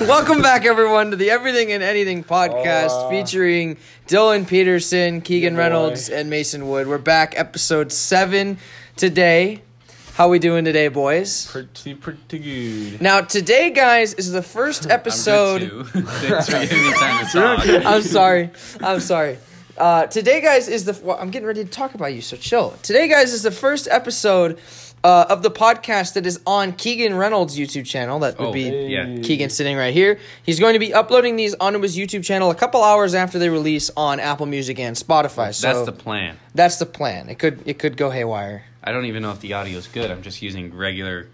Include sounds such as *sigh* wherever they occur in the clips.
Welcome back, everyone, to the Everything and Anything podcast Hola. featuring Dylan Peterson, Keegan Good boy. Reynolds, and Mason Wood. We're back, episode seven today. How we doing today, boys? Pretty, pretty good. Now, today, guys, is the first episode. I'm good too. *laughs* Thanks for giving me *laughs* time to talk. I'm sorry. I'm sorry. Uh, today, guys, is the. Well, I'm getting ready to talk about you, so chill. Today, guys, is the first episode uh, of the podcast that is on Keegan Reynolds' YouTube channel. That would Oh, be yeah. Keegan sitting right here. He's going to be uploading these onto his YouTube channel a couple hours after they release on Apple Music and Spotify. So That's the plan. that's the plan. It could it could go haywire. I don't even know if the audio's good. I'm just using regular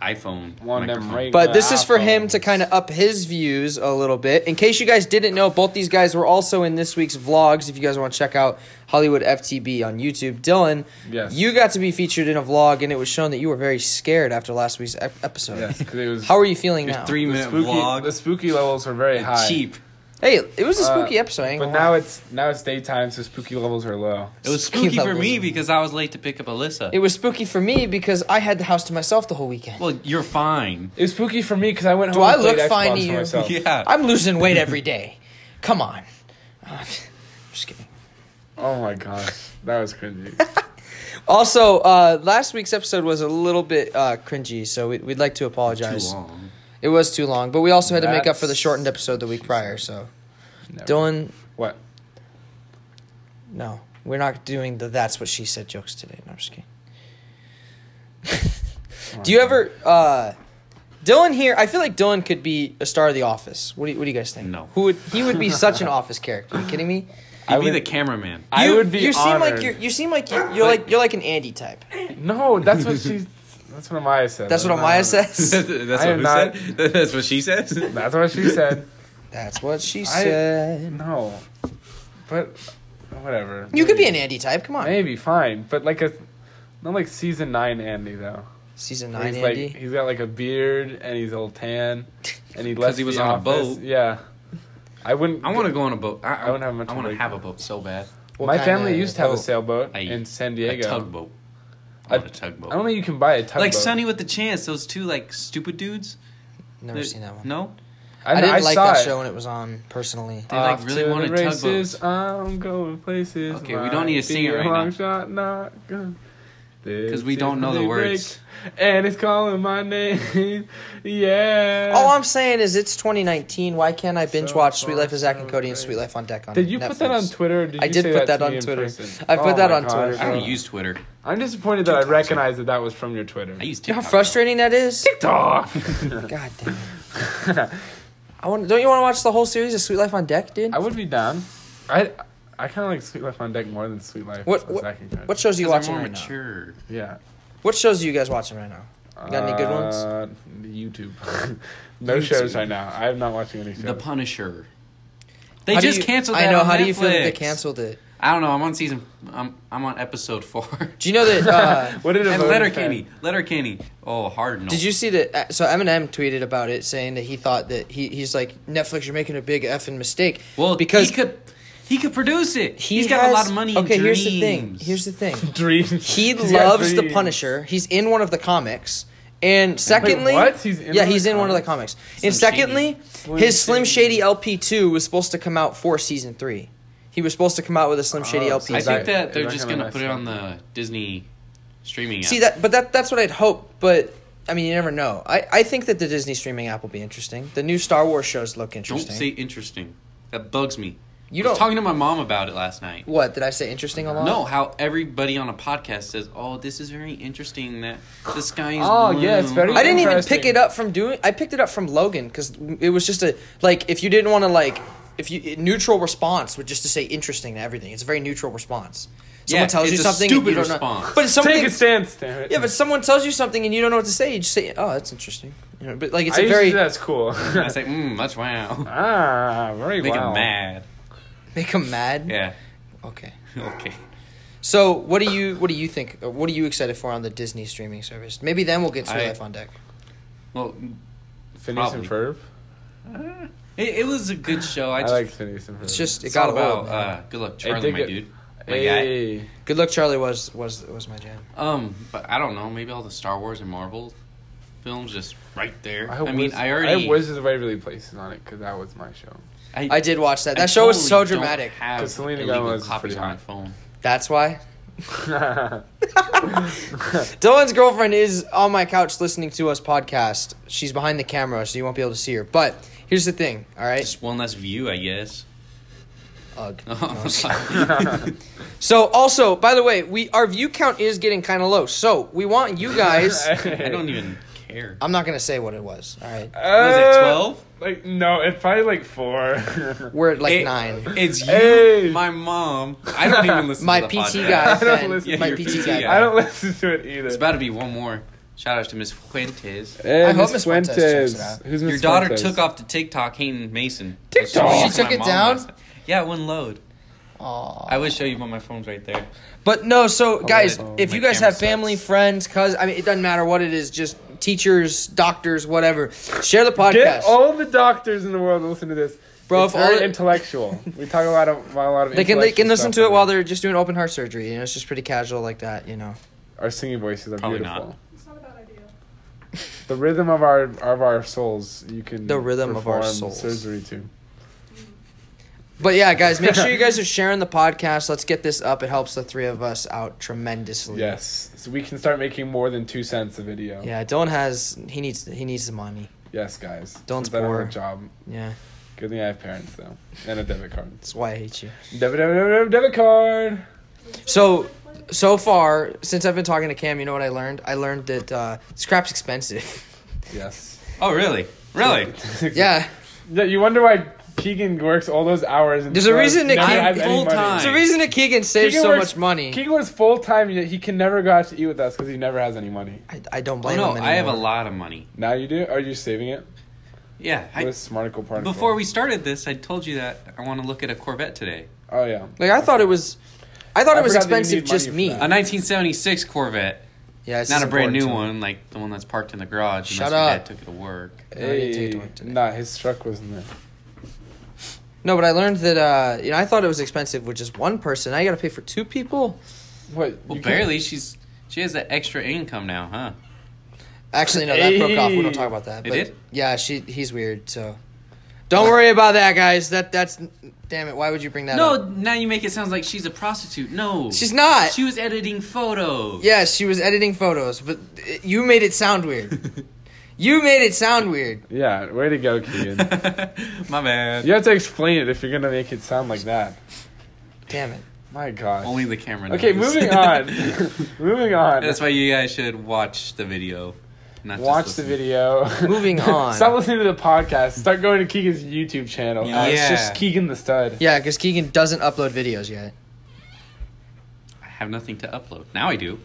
iPhone. One of them microphone. right- But The this is for him to iPhones. kind of up his views a little bit. In case you guys didn't know, both these guys were also in this week's vlogs. If you guys want to check out Hollywood FTB on YouTube, Dylan, Yes. you got to be featured in a vlog, and it was shown that you were very scared after last week's ep- episode. Yes, 'cause it *laughs* was. How are you feeling There's now? three the minute spooky, The vlog. spooky levels are very high. Cheap. hey, it was a Uh, spooky episode. I ain't But gonna lie. now it's now it's daytime, so spooky levels are low. It was Spooky spooky for levels. me because I was late to pick up Alyssa. It was spooky for me because I had the house to myself the whole weekend. well, you're fine. It was spooky for me because I went Do home. I and played look Xbox fine to for you? Myself. *laughs* Yeah. I'm losing weight every day. Come on. *laughs* Uh, just kidding. Oh my gosh, that *laughs* was cringy. Also, uh, last week's episode was a little bit uh, cringy, so we, we'd like to Too apologize. long. It was too long, but we also had to make up for the That's- shortened episode the week prior. So, Never. Dylan, What? no, we're not doing the "That's what she said" jokes today. No, I'm just kidding. Do you ever, uh, Dylan? Here, I feel like Dylan could be a star of The Office. What do you, what do you guys think? No. who would he would *laughs* be such an Office character? Are you kidding me? You'd I be would- the cameraman. I You- would be You seem like honored. you're. You seem like you're, you're like you're like an Andy type. No, that's what she. That's what Amaya said. That's what I'm Amaya not- says. *laughs* *laughs* That's what am who not- said? *laughs* That's what she says. *laughs* That's what she said. That's what she I- said. No, but whatever. You could be Maybe. an Andy type. Come on. Maybe fine, but like a not like season nine Andy though. Season Where nine, he's Andy. like he's got like a beard and he's all tan, and he *laughs* 'Cause left. he was the on a office. boat. Yeah, I wouldn't. I want to go on a boat. I, I wouldn't have much I want to money. have a boat so bad. What My kinda family used to have a boat? sailboat I- in San A Diego. tugboat. I A- want a tugboat. I don't think you can buy a tugboat. like Sunny with the Chance. Those two like stupid dudes. Never They- seen that one. No, I, know- didn't like saw that it. Uh, show when it was on personally. they like Off really to wanted the races, tugboats. I'm going places. Okay, we don't need to might sing be it a right long now. shot, not gonna- because This we is don't know the the big words. break, And it's calling my name. *laughs* yeah. All Oh, I'm saying is it's 2019. Why can't I binge So watch far, Sweet Life of Zach and so Cody and great. Sweet Life on Deck on Did you put that Netflix? on Twitter? Or did I you did say put that to on me in Twitter. person? I put Oh that my on gosh. Twitter. I don't use Twitter. I'm disappointed that I TikTok. recognize that that was from your Twitter. I use You know TikTok. how frustrating that is. *laughs* TikTok. God damn. it. I want. Don't you want to watch the whole series of Sweet Life on Deck, dude? I would be down. I I kind of like Sweet Life on Deck more than Sweet Life. What- on what- Zack and Cody. What shows are you Because watching I'm more right now? mature. Yeah. What shows are you guys watching right now? You got any good ones? Uh, YouTube. *laughs* no YouTube. shows right now. I'm not watching any shows. The Punisher. They How do just you- canceled. I that know. on How do you feel that they Netflix. canceled it? I don't know. I'm on season. I'm I'm on episode four. *laughs* Do you know that? Uh, what did it and vote Letterkenny. for? Letterkenny. Oh, hard no. Did you see that? uh, So Eminem tweeted about it, saying that he thought that he he's like Netflix, you're making a big effing mistake. Well, because he could. He could produce it. he He has got a has- lot of money. Okay, and here's the thing. dreams. Here's the *laughs* thing. Dreams. *laughs* He He's got loves the dreams. Punisher. He's in one of the comics. And secondly, what? He's in yeah, one of he's the in one of the comics. and secondly, his Slim Shady. LP two was supposed to come out for season three. He was supposed to come out with a Slim Shady Oh, LP. so I Is that- think that is they're that just gonna gonna put it mess on the Disney streaming. App. See that, but that that's what I'd hope. But I mean, you never know. I, I think that the Disney streaming app will be interesting. The new Star Wars shows look Don't interesting. say interesting. That bugs me. you I don't. was talking to my mom about it last night. What did I say? Interesting a lot. No, how everybody on a podcast says, "Oh, this is very interesting. That the sky is Oh, blue." yeah, it's very- I didn't even pick Interesting. it up from doing. I picked it up from Logan because it was just a like if you didn't want to like if you it- neutral response would just to say interesting to everything. It's a very neutral response. Someone Yeah, tells it's you a something, and stupid you don't response. know. But it's something. Take a stance, damn it. yeah, but someone tells you something and you don't know what to say. You just say, "Oh, that's interesting." You know, but like it's I a used to very do that's *laughs* cool. And I say, "Mm, that's wow." *laughs* ah, very *laughs* Make wow. them mad. make them mad. Yeah. *laughs* Okay. Okay. So what do you what do you think? or What are you excited for on the Disney streaming service? Maybe then we'll get Sweet I- Life on deck. Well, Phineas and Ferb. it, it was a good show. I I, just like Phineas and Ferb. It's just it it's got all old. about man. uh, good luck, Charlie, dig my it. dude. My guy. hey. Good Luck Charlie was was was my jam. Um, but I don't know. Maybe all the Star Wars and Marvel films just right there. I, I, hope mean, Wiz- I already. I I, wish the Waverly Place is on it because that was *laughs* my show. I did watch that. That show was so totally don't dramatic. have 'Cause Selena illegal Gomez is copies pretty on my hot. phone. That's why. Dylan's girlfriend is on my couch listening to us podcast. She's behind the camera, so you won't be able to see her. But here's the thing, all right? Just one less view, *laughs* I guess. *laughs* Ugh. I'm sorry. *laughs* So also, by the way, we our view count is getting kind of low. So we want you *laughs* guys. I don't even care. I'm not gonna say what it was. All right, Was it Uh, twelve? Like no, it's probably *laughs* like four. we're at like It- nine. It's you, Hey. my mom. I don't even listen. My to the PT *laughs* podcast. guy, I don't friend, listen- Yeah, my your PT PT guy. guy. I don't listen to it It's either. about to be one more. Shout out to Miss Fuentes. Hey, I hope Miss Miss Fuentes checks Fuentes. it out. Who's Miss Your daughter Fuentes? took off the TikTok hating Mason. TikTok? I was She showing took it my mom down? last night. Yeah, it wouldn't load. Aw. I would show you, but my phone's right there. But no, so guys, Oh, wait, if my you guys camera have family, sucks. friends, cuz I mean, it doesn't matter what it is, just teachers, doctors, whatever. Share the podcast. Get all the doctors in the world to listen to this, Bro, It's if all very the- *laughs* intellectual. we talk a lot of about a lot of. they can they can intellectual listen stuff to it while in they're just doing open heart surgery. You know, it's just pretty casual like that. You know. Our singing voices are Probably beautiful. not. It's not a bad idea. The rhythm of our of our souls, you can The rhythm of our perform souls. surgery too. But yeah, guys, make sure you guys are sharing the podcast. Let's get this up. It helps the three of us out tremendously. Yes, so we can start making more than two cents a video. Yeah, Dylan has he needs he needs the money. Yes, guys. Don't Since I don't have spore. a job. Yeah, Good thing I have parents though, and a debit card. that's why I hate you. Debit, debit, debit, debit card. So so far, since I've been talking to Cam, you know what I learned? I learned that uh, scrap's expensive. *laughs* Yes. Oh, really? Really? yeah, *laughs* Yeah, you wonder why Keegan works all those hours. And There's a still reason that never Keegan- has any money. Full-time. it's the reason that Keegan saves Keegan so works- much money. Keegan was full time, yet he can never go out to eat with us because he never has any money. I, I don't Oh, blame no, him I have a anymore. lot of money. Now you do? Are you saving it? Yeah. I, I, was smarticle particle. before we started this, I told you that I want to look at a Corvette today. Oh yeah. Like I thought it was, I thought I it was forgot that you expensive need just money me. for A 1976 Corvette. Yeah, it's Not a brand new one, like the one that's parked in the garage. Shut unless my up. dad took it to work. No, I didn't take it to Hey, work today. nah, his truck wasn't there. No, but I learned that uh, you know I thought it was expensive with just one person. Now you got to pay for two people. What? Well, you can't- barely. She's she has that extra income now, huh? Actually, no, that broke off. We don't Hey. talk about that. It but did? Yeah, she he's weird. So don't worry about that, guys. That that's damn it. Why would you bring that? up? No, now you make it sound like she's a prostitute. No, she's not. She was editing photos. yeah, she was editing photos, but it- you made it sound *laughs* weird. you made it sound weird. Yeah, way to go, Keegan. *laughs* My bad. you have to explain it if you're gonna make it sound like that. Damn it. My gosh. Only the camera. okay, knows. moving on. moving on. *laughs* That's why you guys should watch the video. Not just Watch the listen. video. *laughs* Moving on. Stop listening to the podcast. Start going to Keegan's YouTube channel. Uh, it's Yeah. just Keegan the Stud. Yeah, because Keegan doesn't upload videos yet. I have nothing to upload now. I do.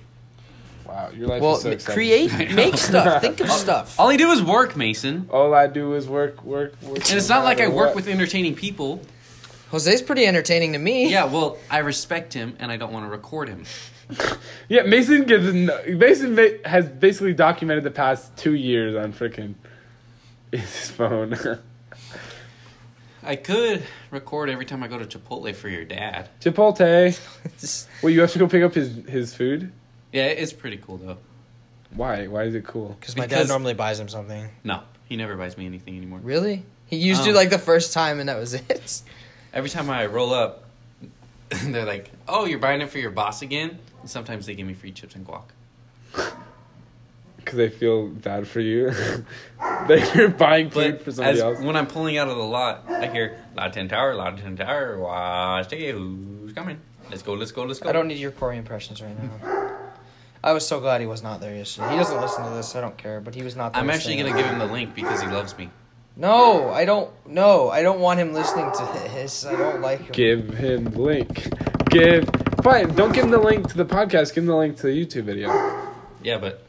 Wow, your life well, is so m- exciting. create, *laughs* I know. make stuff, think of stuff. All I do is work, Mason. All I do is work, work, work. And it's not like I work with entertaining people. Jose's pretty entertaining to me. *laughs* Yeah, well, I respect him, and I don't want to record him. Yeah, Mason gives. No, Mason ma- has basically documented the past two years on freaking his phone. *laughs* I could record every time I go to Chipotle for your dad. Chipotle. It's- Well, you have to go pick up his his food. Yeah, it's pretty cool though. Why? Why is it cool? Cause my dad Because- normally buys him something. No, he never buys me anything anymore. Really? He used to Oh. like the first time, and that was it. *laughs* Every time I roll up, *laughs* they're like, "Oh, you're buying it for your boss again." And sometimes they give me free chips and guac. Because they feel bad for you. *laughs* that you're buying food But for somebody as, else. when I'm pulling out of the lot, I hear "La Ten Tower, La Ten Tower, watch the who's coming." Let's go, let's go, let's go. I don't need your Corey impressions right now. I was so glad he was not there yesterday. He doesn't listen to this. I don't care, but he was not there. I'm actually yesterday. gonna give him the link because he loves me. No, I don't. No, I don't want him listening to this. I don't like him. Give him the link. Give. Fine. Don't give him the link to the podcast. Give him the link to the YouTube video. Yeah, but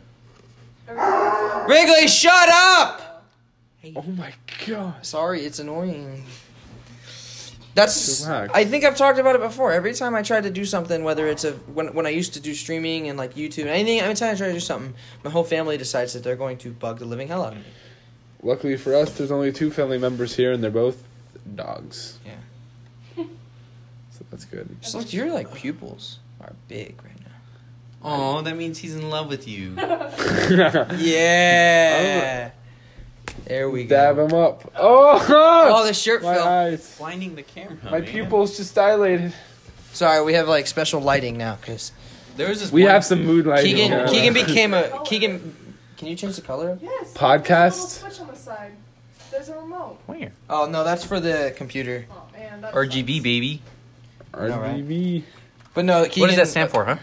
*laughs* Wrigley, shut up! Oh my gosh. Sorry, it's annoying. That's. Relax. I think I've talked about it before. Every time I try to do something, whether it's a when when I used to do streaming and like YouTube and anything, every time I try to do something, my whole family decides that they're going to bug the living hell out of me. Luckily for us, there's only two family members here, and they're both dogs. Yeah. So that's good. *laughs* Just look, your like pupils are big right now. Oh, that means he's in love *laughs* with you. Yeah. There we go. Dab him up. Oh, oh *laughs* Oh, the shirt my fell. eyes. Blinding the camera. My man. pupils just dilated. Sorry, we have like special lighting now because There was this. We one- have some mood lighting. Keegan going on. *laughs* Keegan became a Keegan. Can you change the color? Yes. There's a Podcast? little switch on the side. There's a remote. Where? Oh no, that's for the computer. Oh man. That's RGB baby. RGB. But no, Keegan, what does that stand for, huh?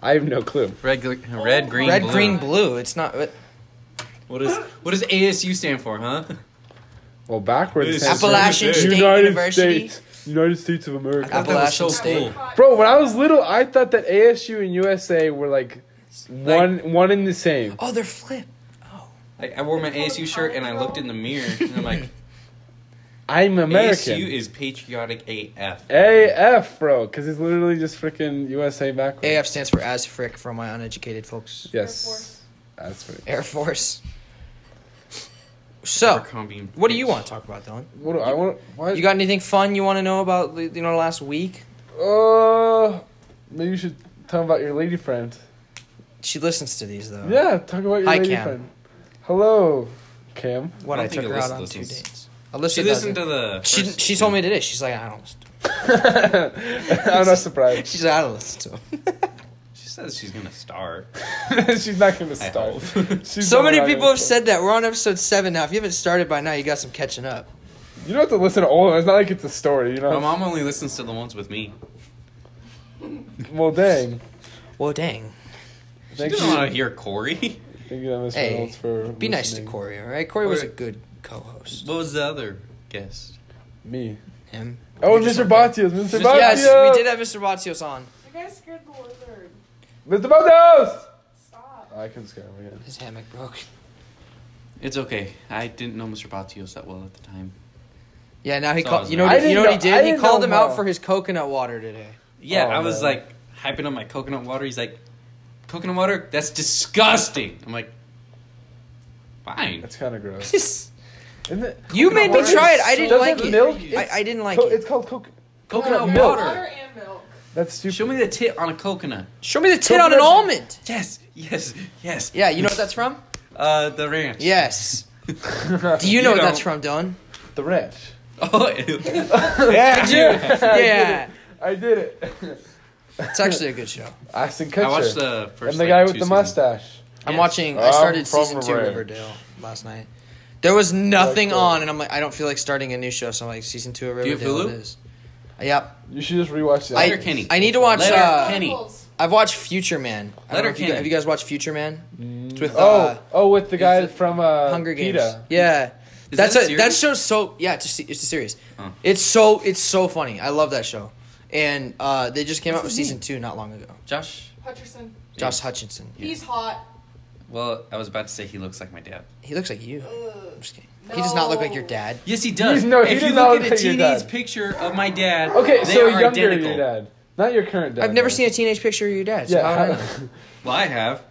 I have no clue. Red, gl- red, green, Red, blue. green, blue. It's not. It, What is what does ASU stand for, huh? *laughs* Well, backwards. It's stands for Appalachian State United University. States. United States of America. Apple- Appalachian State. Bro, when I was little, I thought that ASU and USA were like one one in the same. oh, they're flipped. Like, I wore my ASU shirt and I looked in the mirror and I'm like, I'm ASU American. is patriotic AF. AF, bro, because it's literally just freaking USA backwards. AF stands for as frick for my uneducated folks. Yes, that's right. Air Force. We're So, combi- what do you want to talk about, Dylan? What do I want? What? You got anything fun you want to know about? You know, last week Uh, maybe you should tell about your lady friend. she listens to these though. Yeah, talk about your Uh, Hi, lady Cam. friend. Hello, Cam. *laughs* What I I, don't think took her out Alyssa on two listens. dates. Alyssa She listened to doesn't. the. She first she two. told me today. She's like, I don't listen. To *laughs* I'm *laughs* not him. surprised. *laughs* She's like, I don't listen to him. She says she's gonna starve. She's not gonna I start. hope. She's *laughs* so not many gonna people have start. said that. We're on episode seven now. If you haven't started by now, you got some catching up. You don't have to listen to all of them. It's not like it's a story, you *laughs* My know. mom only listens to the ones with me. Well, dang. Well, dang. She Thank doesn't want to you. hear Corey. Thank you, Mr. Hey, Reynolds, for Be nice to listening. Corey, all right? Corey was a Or- good co-host. What was the other guest? Me. Him. Oh, You just- Mr. Batios. Mr. Batios. Yes, we did have Mr. Batios on. You guys scared the lizard. Mr. Batios. Oh, Stop. I can scare him again. His hammock broke. It's okay. I didn't know Mr. Batios that well at the time. Yeah, now he So I called. was You know, like- what I he- you know didn't what he know- I did? He didn't called know him out why. for his coconut water *laughs* today. Yeah, Oh, I man. was like hyping up my coconut water. He's like, coconut water? That's disgusting. I'm like, fine. That's kind *laughs* of gross. you Isn't it? made me Water is try it. I didn't doesn't like it. milk- I, I didn't like Co- it. It's called coke. Coconut Coconut water. Water and milk. That's stupid. *laughs* Show me the tit on a coconut. Show me the tit on an Coconut- almond. Yes, yes, yes. Yeah, you know what that's from? Uh, the ranch. Yes. Do you You know what don't. that's from, Dylan? the ranch. *laughs* Oh, ew. Yeah, I did Yeah. it. I *laughs* did it. It's actually a good show. Ashton Kutcher. I watched the first. and the like, guy two with the seasons. mustache. I'm Yes. watching. I I'm started from season two Riverdale. Riverdale last night. There was nothing cool. on, and I'm like, I don't feel like starting a new show, so I'm like, season two of you have Riverdale it Hulu? is. Yep. You should just rewatch that. I, Letterkenny. I need to watch. Letter- Uh, Kenny. Chemicals. I've watched Future Man. I don't know if you Letterkenny. guys, have you guys watched Future Man? It's with uh, oh, oh, with the guy from uh, Hunger Games. PETA. Yeah. Is That's that a a, that series? show's so yeah. It's a, se- it's a series. Oh. It's so it's so funny. I love that show, and uh, they just came out with season two not long ago. Josh. Hutcherson. Josh Hutchinson. He's hot. Well, I was about to say he looks like my dad. He looks like you. Ugh. I'm just kidding. He does not look like your No. dad. Yes, he does. He's- no, he if does you not look look at a like your teenage dad. picture of my dad, Okay, they so are younger than identical. your dad, not your current dad. I've never seen a teenage picture of your dad. *laughs* So how would I Yeah. know? how- Well, I have.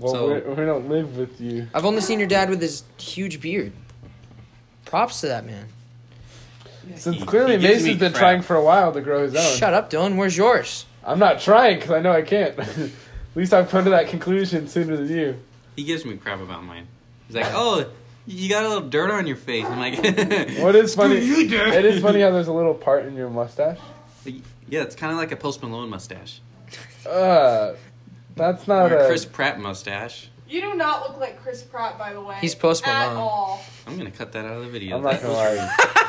well, So- we're, we don't live with you. I've only seen your dad with his huge beard. Props to that man. Since He- clearly he gives me Mason's been crap. trying for a while to grow his own. Shut up, Dylan. Where's yours? I'm not trying because I know I can't. *laughs* At least I've come to that conclusion sooner than you. He gives me crap about mine. He's like, "Oh, you got a little dirt on your face." I'm like, *laughs* What is funny? Screw you, Dad. It is funny how there's a little part in your mustache. Like, *laughs* yeah, it's kind of like a Post Malone mustache Uh, that's not or a. a Chris Pratt mustache. You do not look like Chris Pratt, by the way. He's Post At Malone. all. I'm gonna cut that out of the video. I'm not gonna lie.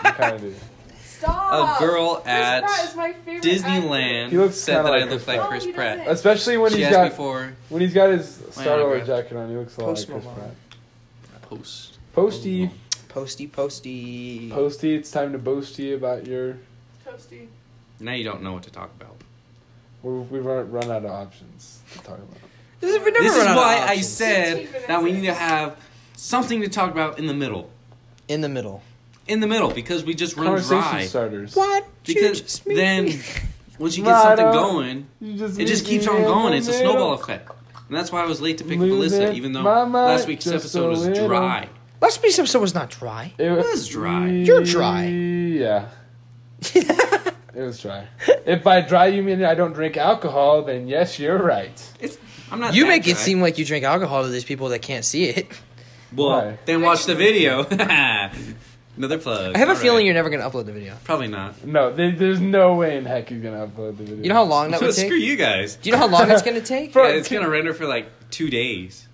You kind of do. Stop. A girl Chris at Pratt is my favorite Disneyland He looks said kinda that I like looked Chris like Pratt. Chris No, Oh, he Pratt. doesn't. Especially when she he's asked got me for when he's got his Star Lord autograph. jacket on. He looks a lot like Post Chris Malone. Pratt. post. Posty, Posty, posty. posty, it's time to boast you about your. Actor. Toasty. Now you don't know what to talk about. we- We've run, run out of options to talk about. This is, we never this is run out of why I options. said 15 minutes that we need in. to have something to talk about in the middle. in the middle. In the middle, because we just run Conversation dry. starters. What? Because then, once you get Right something on. going, You just it just meet me keeps on in the going. It's a middle. snowball effect. And that's why I was late to pick up Losing Alyssa, even though my mind last week's just episode a was little. dry. Last piece episode was not dry. It was dry. You're dry. Yeah. It *laughs* was dry. if by dry you mean I don't drink alcohol, then yes, you're right. It's, I'm *laughs* not. You that make it guy. seem like you drink alcohol to these people that can't see it. Well, Right. then watch the video. *laughs* Another plug. I have a All feeling right. you're never gonna upload the video. probably not. No, there, there's no way in heck he's gonna upload the video. You know how long that So would screw take? you guys. Do you know how long it's *laughs* gonna take? Bro, Yeah, it's gonna render for like two days.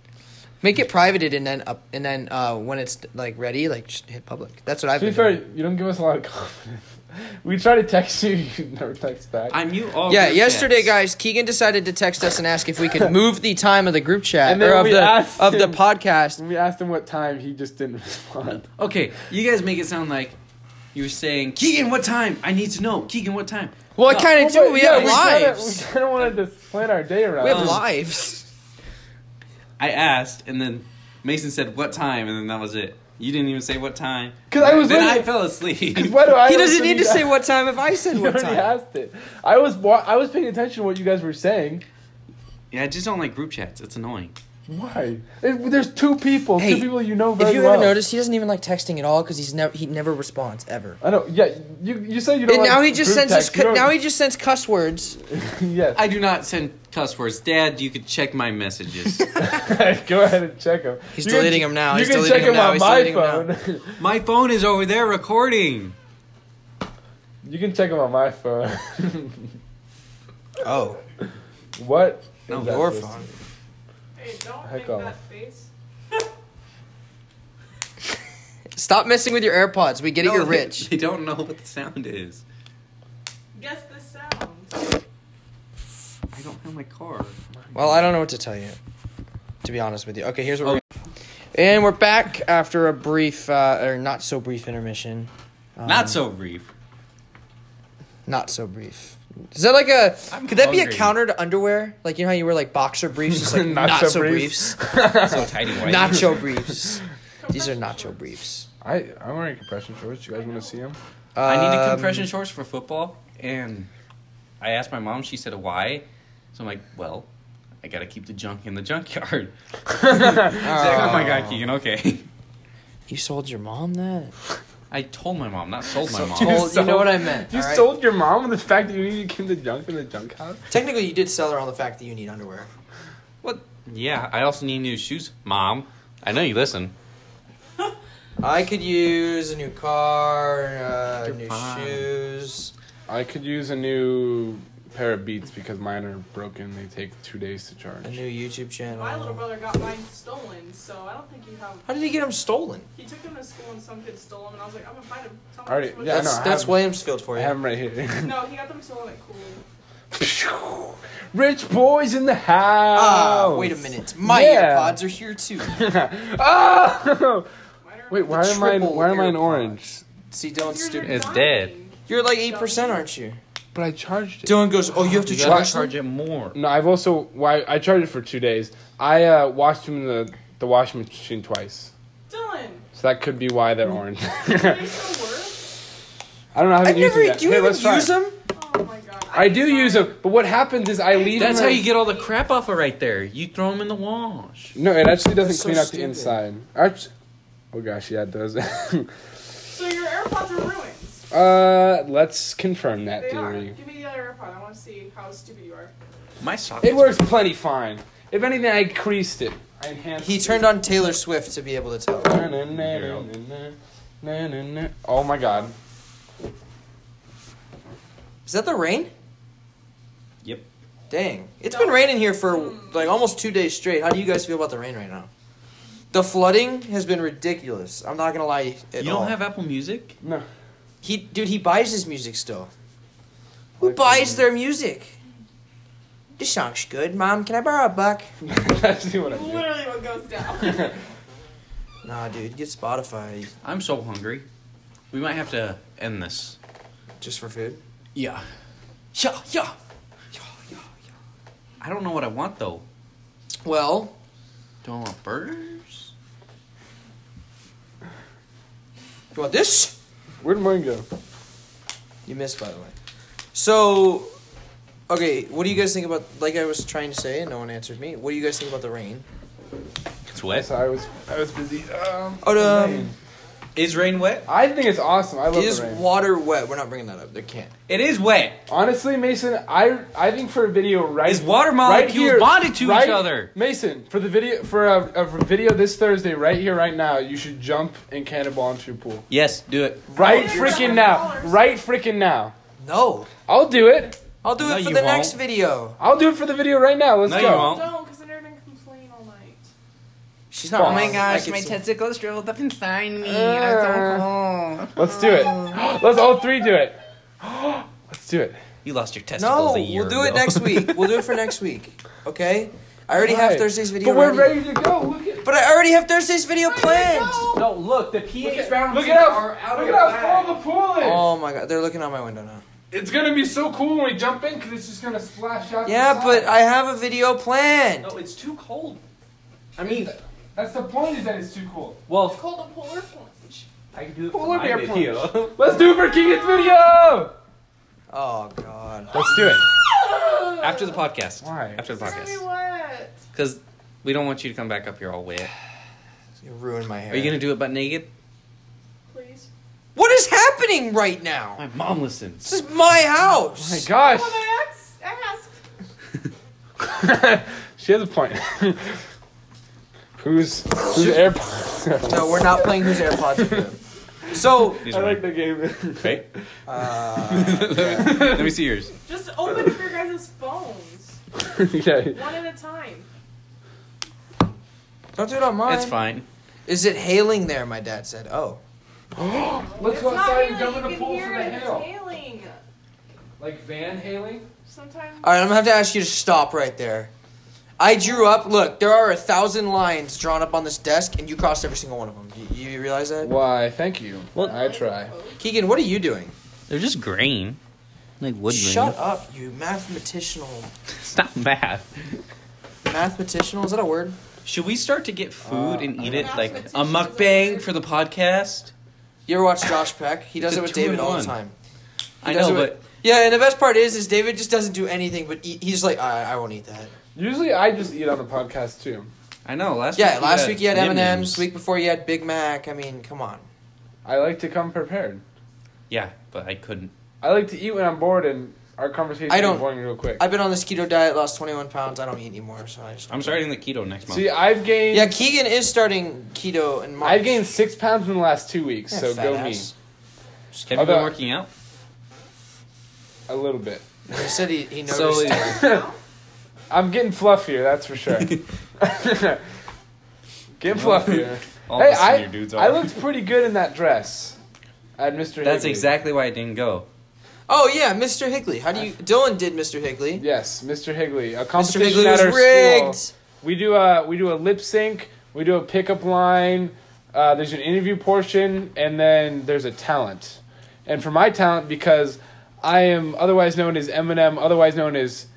Make it privated and then up and then uh, when it's like ready, like just hit public. That's what I've To be been fair, doing. you don't give us a lot of confidence. *laughs* We try to text you, *laughs* you never text back. I knew all. Yeah, group yesterday, chats. guys, Keegan decided to text us and ask if we *laughs* could move the time of the group chat And then or of we the asked of the him. podcast. When we asked him what time, he just didn't *laughs* respond. Okay, you guys make it sound like you were saying, Keegan, what time? I need to know. Keegan, what time? Well, it No. kind of do. We have kinda- lives. we kind of wanted to plan our day around. We have Um, lives. I asked, and then Mason said, what time? And then that was it. You didn't even say what time. 'Cause I was Then ready- I fell *laughs* asleep. 'Cause why do I He always doesn't think need to you say guys- what time if I said *laughs* You what already time. asked it. I was wa- I was paying attention to what you guys were saying. Yeah, I just don't like group chats. It's annoying. Why? It- there's two people, Hey, two people you know very If you well. ever notice, he doesn't even like texting at all because he's never he never responds ever. I know. Yeah, you you said you don't. And like now he just group sends us. text. You Cu- don't- now he just sends cuss words. *laughs* yes. I do not send cuss words. Dad, you could check *laughs* my *laughs* messages. Go ahead and check him. He's You can- deleting 'em now. You He's can deleting check 'em now. on He's my deleting 'em now. phone. *laughs* my phone is over there recording. you can check him on my phone. *laughs* Oh, what? No, is that your supposed to phone. Hey, don't Heck oh. make off. that face. Stop messing with your AirPods. We get it. No, You're they- rich. They don't know what the sound is. Guess the sound. I don't have my car. Well, I don't know what to tell you, to be honest with you. Okay, here's what we're. And we're back after a brief, uh, or not so brief intermission. Um, Not so brief. Not so brief. Is that like a? I'm could that be a hungry. counter to underwear? Like you know how you wear like boxer briefs, just *laughs* like Nacho not so briefs. briefs, *laughs* So tidy white. nacho briefs. These are Compression nacho shorts. briefs. I I'm wearing compression shorts. You guys want to see *laughs* *laughs* them? I need a Um, compression shorts for football, and I asked my mom. She said why, so I'm like, well, I gotta keep the junk in the junkyard. *laughs* oh my god, Keegan, okay. *laughs* You sold your mom that? I told my mom, not sold my So- mom. You Told- you know what I meant, *laughs* You alright? sold your mom on the fact that you needed to keep the junk in the junk house. Technically, you did sell her on the fact that you need underwear. what? Yeah, I also need new shoes, mom. I know you listen. I could use a new car, uh, You're new fine. shoes. I could use a new pair of beats because mine are broken. They take two days to charge. a new YouTube channel. My little brother got mine stolen, so I don't think you have. How did he get them stolen? He took them to school and some kid stole them, and I was like, I'm gonna find him. Tell me Already- which one Yeah, I That's know, I that's have- Williamsfield for I you. have them right here. *laughs* No, he got them stolen at Cool. Rich boys in the house. Ah, wait a *laughs* minute. My Yeah. AirPods are here too. *laughs* oh! Mine are- Wait, why are mine? triple Why are mine AirPods. orange? See, Dylan's Yours are stupid. It's dying. dead. You're like eight percent, aren't you? But I charged it. Dylan goes, "Oh, you have to You gotta charge them." charge it more. No, I've also why I charged it for two days. I uh, washed them in the the washing machine twice, *laughs* Dylan, so that could be why they're orange. *laughs* do I they still don't work? know. I I haven't used never. them Do yet. you Hey, let's even try. use them? Oh my god. I do use them, but what happens is I leave. That's them how you get all the crap off of right there. You throw them in the wash. No, it actually doesn't That's so clean out the stupid. inside. Act- oh gosh, yeah, it does. *laughs* So your AirPods are uh, ruined. let's confirm that They are. theory. Give me the other AirPod. I want to see how stupid you are. My sock. It works plenty fine. If anything, I creased it. I enhanced. He it. turned on Taylor Swift to be able to tell. Na-na-na-na-na-na-na-na. Oh my god. Is that the rain? Yep. Dang, it's been raining here for like almost two days straight. How do you guys feel about the rain right now? The flooding has been ridiculous. I'm not gonna lie. At You all. don't have Apple Music? No. *laughs* He, dude, he buys his music still. Who Like, buys um, their music? This song's good, Mom. Can I borrow a buck? That's what I do. Literally what goes *laughs* down. Nah, dude, get Spotify I'm so hungry. We might have to end this. just for food. Yeah. Yeah, yeah. Yeah, yeah, yeah. I don't know what I want though. Well, Do I want burgers? you want this? Where'd mine go? You missed, by the way. So, okay, what do you guys think about? Like I was trying to say, and no one answered me. What do you guys think about the rain? It's So I was I was busy. Um, Oh, um, rain. Is rain wet? I think it's awesome. I love Is the rain. water wet? We're not bringing that up. They can't. It is wet. Honestly, Mason, I I think for a video right Is water right molecules here, bonded to right- each other? Mason, for the video for a, a video this Thursday, right here, right now, you should jump and cannonball into your pool. Yes, do it. Right Oh, freaking yeah. now! Right freaking now! No. I'll do it. I'll do No, it for you the won't. next video. I'll do it for the video right now. Let's No, go. you won't. Don't, because then they're gonna complain all night. She's not. Oh my wrong. I gosh, can my see- testicles drilled up inside me. and I'm so cold. Let's *gasps* do it. Let's all three do it. *gasps* Let's do it. You lost your No, testicles a year we'll do it ago. *laughs* next week. We'll do it for next week. Okay. I already have Right. Thursday's video. But we're ready. ready to go. Look at But I already have Thursday's video planned. No, look, the pH round look at how look at how full the pool is. Oh my god, they're looking out my window now. It's gonna be so cool when we jump in because it's just gonna splash out. Yeah, the side. but I have a video planned. it's too cold. I mean, That's the point is that it's too cool. It's well, called a polar plunge. I can do it Well, for let me my approach. video. *laughs* Let's do it for Keegan's video. Oh god. Let's do it. After the podcast. Why? After the It's gonna be podcast. wet. Because we don't want you to come back up here all wet. You ruined my hair. Are you going to do it butt naked? Please. What is happening right now? My mom listens. This is my Oh my house. gosh. Well, then ask. ask. *laughs* she has a point. *laughs* who's who's AirPods? No, we're not playing whose AirPods are good. So, *laughs* These I are like mine, the *laughs* game. Right? uh, *laughs* Let me see yours. Just open up your guys' phones. okay. One at a time. don't do it on mine. It's fine. Is it hailing there? My dad said. Oh. Let's it's go not outside hailing. and jump you in the can pool hear for the it. It's hail. hailing. Like Van hailing. Sometimes. All right, I'm gonna have to ask you to stop right there. I drew up. Look, there are a thousand lines drawn up on this desk, and you crossed every single one of them. Do you, you realize that? Why? Thank you. Well- I try. Keegan, what are you doing? They're just grain. Like wood Shut up, you mathematicianal. Stop math. Mathematicianal? Is that a word? Should we start to get food and eat it? Like a Mathematicians mukbang are- for the podcast? You ever watch Josh Peck? He does It's it a with two in David all the one. time. I He does know, it with- but Yeah, and the best part is, is David just doesn't do anything but eat. He's like, I, I won't eat that. Usually I just eat on the podcast too. I know. Last Yeah, week last week you had M&Ms. M&Ms. Week before you had Big Mac. I mean, come on. I like to come prepared. Yeah, but I couldn't. I like to eat when I'm bored and our conversation I don't- is boring real quick. I've been on this keto diet, lost 21 pounds. I don't eat anymore, so I just. I'm starting the keto next month. See, I've gained Yeah, Keegan is starting keto in March. I've gained six pounds in the last two weeks, Yeah, so fat go ass. Have you Although- been working out? me a little bit. He said he, he noticed. So *laughs* I'm getting fluffier, that's for sure. getting fluffier. all hey, the I, senior dudes I are. looked pretty good in that dress. At Mr. That's Higley. exactly why I didn't go. oh yeah, Mr. Higley. How do you? Dylan did Mr. Higley. Yes, Mr. Higley. A Mr. competition Higley at was our rigged. school. We do a we do a lip sync. We do a pickup line. Uh, there's an interview portion, and then there's a talent. And for my talent, because I am otherwise known as Eminem, otherwise known as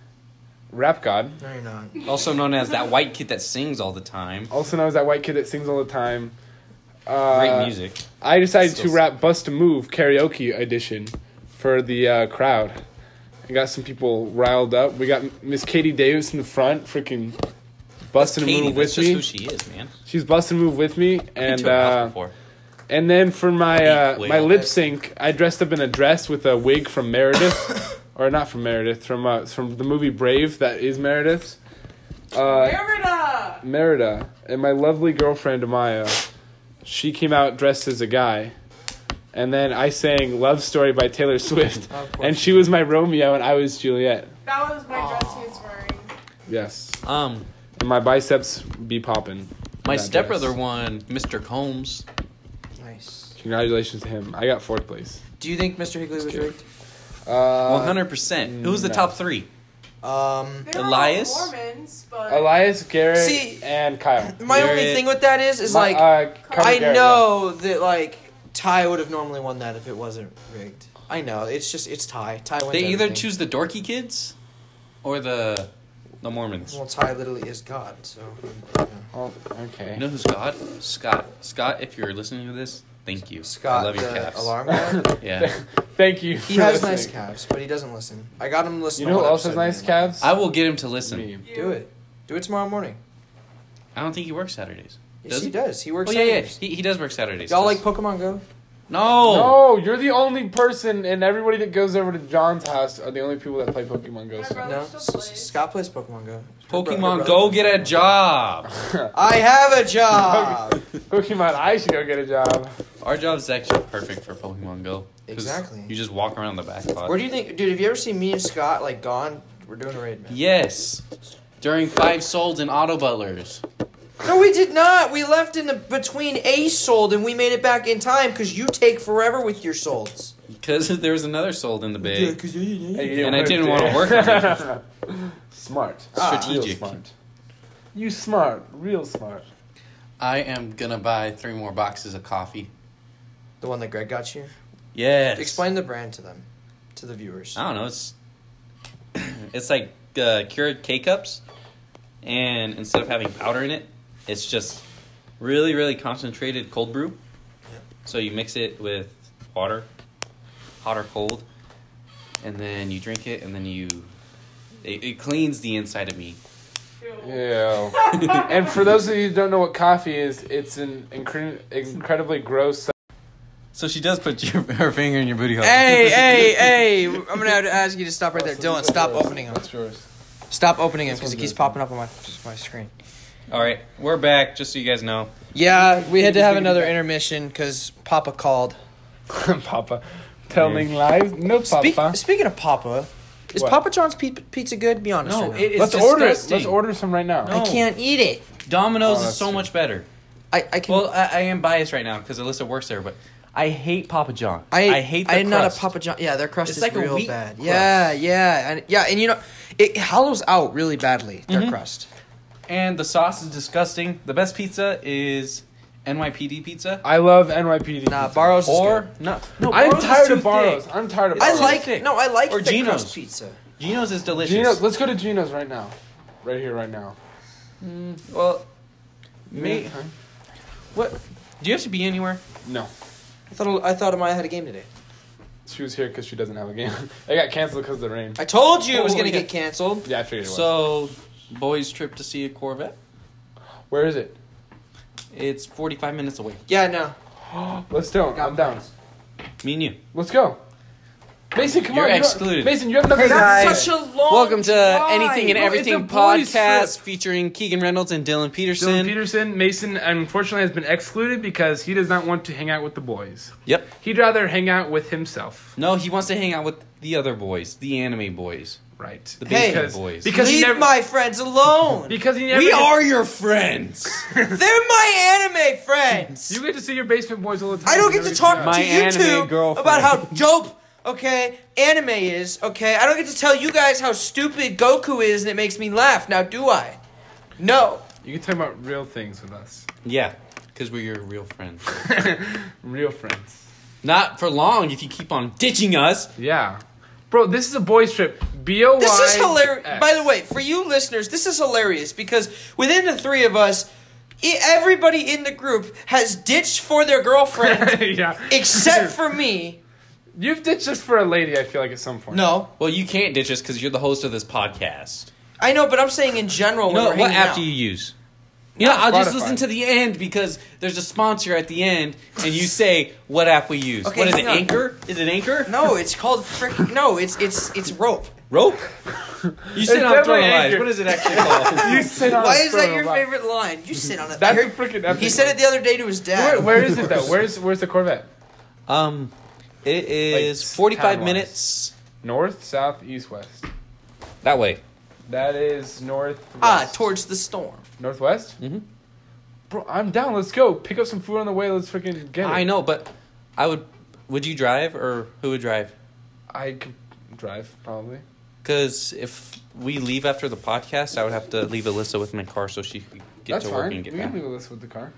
Rap God, No, you're not. Also known as that white kid that sings all the time. also known as that white kid that sings all the time. Uh, Great music. I decided to Still- rap "Bust a Move" karaoke edition for the uh, crowd. I got some people riled up. We got Miss Katie Davis in the front, freaking busting a Katie, move with that's just me. who she is, man. She's busting a move with me, Been and to her house uh, before. and then for my uh, Wig, my wig. lip sync, I dressed up in a dress with a wig from Meredith, *coughs* or not from Meredith, from uh, from the movie Brave that is Meredith's. Uh, Merida. Merida and my lovely girlfriend Amaya, she came out dressed as a guy. And then I sang Love Story by Taylor *laughs* Swift. Of course And she was my Romeo and I was Juliet. That was my dress he was wearing. Yes. Um, And my biceps be popping. my That stepbrother dress. won Mr. Combs. Nice. Congratulations to him. I got fourth place. Do you think Mr. Higley was kidding. rigged? Uh, One hundred percent. Who's the no. Uh, top three? Um, They were Elias? all Mormons, but Elias, Garrett, See, and Kyle. my Garrett- only thing with that is, is My- like uh, Kyle I Garrett, know that like Ty would have normally won that if it wasn't rigged. I know. It's just it's Ty. Ty wins. They either everything. choose the dorky kids, or the the Mormons. Well, Ty literally is God. So. yeah. Oh, okay. You know who's God? Scott. Scott, if you're listening to this, thank you. Scott, I love your the calves. alarm *laughs* guy. *laughs* Yeah. Thank you. He for *laughs* has listening. nice calves, but he doesn't listen. I got him You listening. know who else has nice calves? I will get him to listen. Me. you. Do it. Do it tomorrow morning. I don't think he works Saturdays. Yes, Does he he? does. He works. Oh yeah, yeah. Saturdays. He, he does work Saturdays. Y'all like Pokemon Go? No. No, you're the only person, and everybody that goes over to John's house are the only people that play Pokemon Go. My So. brother- No. still S- plays. S- Scott plays Pokemon Go. Pokemon Go, get a job. I have a *laughs* job. Pokemon, I should go get a job. Our job's actually perfect for Pokemon Go. 'Cause Exactly. You just walk around the back lot. Where do you think, dude? Have you ever seen me and Scott like gone? We're doing a raid, man. Yes. During five solds and auto butlers. No, we did not. We left in the between a sold and we made it back in time because you take forever with your solds. *laughs* Because there was another sold in the bay. And, you And I didn't work wanna work on *laughs* smart. Ah. Strategic. Real smart. You smart. Real smart. I am gonna buy three more boxes of coffee. The one that Greg got you. Yes. Explain the brand to them, to the viewers. I don't know. It's *clears throat* it's like uh, cured K cups, and instead of having powder in it, it's just really really concentrated cold brew. So you mix it with water, hot or cold, and then you drink it, and then you it, it cleans the inside of me. Ew. Yeah. and for those of you who don't know what coffee is, it's an incre- incredibly gross. So she does put *laughs* your, her finger in your booty hole. *laughs* Hey, hey, hey! I'm gonna have to ask you to stop right there, Dylan. Stop opening them. That's yours. Stop opening them because one's it keeps yours. popping up on my my screen. All right, we're back. Just so you guys know, Yeah, we had to have another intermission because Papa called. *laughs* Papa. Telling lies? No, Speak- Papa. speaking of Papa, is What? Papa John's pe- pizza good? Be honest. right now. it is Let's order it. Let's order some right now. No. I can't eat it. Domino's Oh, is that's so true. much better. I, I can. Well, I, I am biased right now because Alyssa works there, but I hate Papa John. I, I hate. The I'm not a crust. Papa John. Yeah, their crust It's is like a real wheat bad. crust. Yeah, yeah, and yeah, and you know, it hollows out really badly. Their crust. And the sauce is disgusting. The best pizza is NYPD pizza. I love NYPD. Nah, pizza. Barros or is good. no, no. I'm Barro's is tired too of Barros. thick. I'm tired of I Barros. too like thick. no, I like Or thick Geno's. crust pizza. Geno's is delicious. Gino's. Let's go to Gino's right now. Right here, right now. well, mate, what? Do you have to be anywhere? No. I thought I thought Amaya had a game today. She was here because she doesn't have a game. *laughs* it got canceled because of the rain. I told you it was Oh, gonna yeah. get canceled. Yeah, I figured it was. So, boys' trip to see a Corvette. Where is it? It's 45 minutes away. Yeah, no. Let's do it. I'm down. Me and you. Let's go. Mason, come You're on. you don't- excluded. Mason, you have nothing Hey, to guys. say. Such a long Oh, Welcome to Anything and Well, it's a Everything boys' podcast featuring Keegan Reynolds and Dylan Peterson. Dylan Peterson, Mason, unfortunately, has been excluded because he does not want to hang out with the boys. Yep. He'd rather hang out with himself. No, he wants to hang out with the other boys, the anime boys. Right. The Hey. because, boys. Because he Leave never. my friends *laughs* alone. because he never we gets- are *laughs* your friends. They're my anime *laughs* friends. You get to see your basement boys all the time. I don't get You to never talk out. My to you anime two girlfriend. about how dope, okay, anime is, okay? I don't get to tell you guys how stupid Goku is and it makes me laugh, now do I? No. You can talk about real things with us. yeah, because we're your real friends. real friends. Not for long if you keep on ditching us. Yeah. Bro, this is a boys trip. B O Y. This is hilarious. X. By the way, for you listeners, this is hilarious because within the three of us, e- everybody in the group has ditched for their *laughs* girlfriend *laughs* yeah. except for me. *laughs* You've ditched us for a lady, I feel like, at some point. No. Well, you can't ditch us because you're the host of this podcast. I know, but I'm saying in general You when know we're what hanging app out. do you use? You know, I'll just Spotify. listen to the end because there's a sponsor at the end, and you say what app we use. Okay, what is it? hang on. Anchor? Is it Anchor? No, it's called frick no, it's it's it's *laughs* rope. *laughs* Rope? You said I'm definitely throwing lies. Anchor. What is it actually *laughs* called? You sit on Why a is that throne your of life. favorite line? You sit on it. I That's heard- a freaking epic. He said it the other day to his Where, dad. where *laughs* is it though? Where's where's the Corvette? um, it is Like, 45 timeline. minutes North, south, east, west. that way. That is north. Ah, Mm-hmm. towards the storm. northwest. Mhm. Bro, I'm down. Let's go. Pick up some food on the way. Let's freaking get it. I know, but I would. Would you drive or who would drive? I could drive probably. Because if we leave after the podcast, I would have to leave Alyssa with my car so she could get That's to fine. work We and get can back. leave this with the car.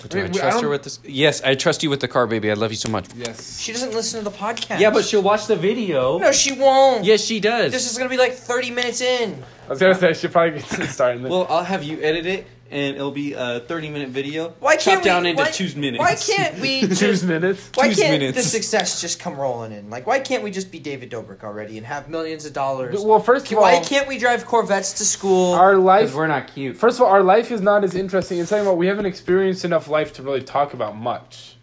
But do Wait, I we- I trust her don't- with this? Yes, I trust you with the car, baby. I love you so much. *laughs* Yes. She doesn't listen to the podcast. Yeah, but she'll watch the video. no, she won't. Yes, she does. This is gonna be like thirty minutes in. I was gonna say I should probably get started. well, I'll have you edit it and it'll be a 30 minute video. Why can't chopped down we- into why- two minutes? Why can't we *laughs* Two just minutes. why *laughs* two can't minutes. the success just come rolling in? Like, why can't we just be David Dobrik already and have millions of dollars? Well, first of all, Why can't we drive Corvettes to school? our life. we're not cute. First of all, our life is not as interesting. And second of all, we haven't experienced enough life to really talk about much.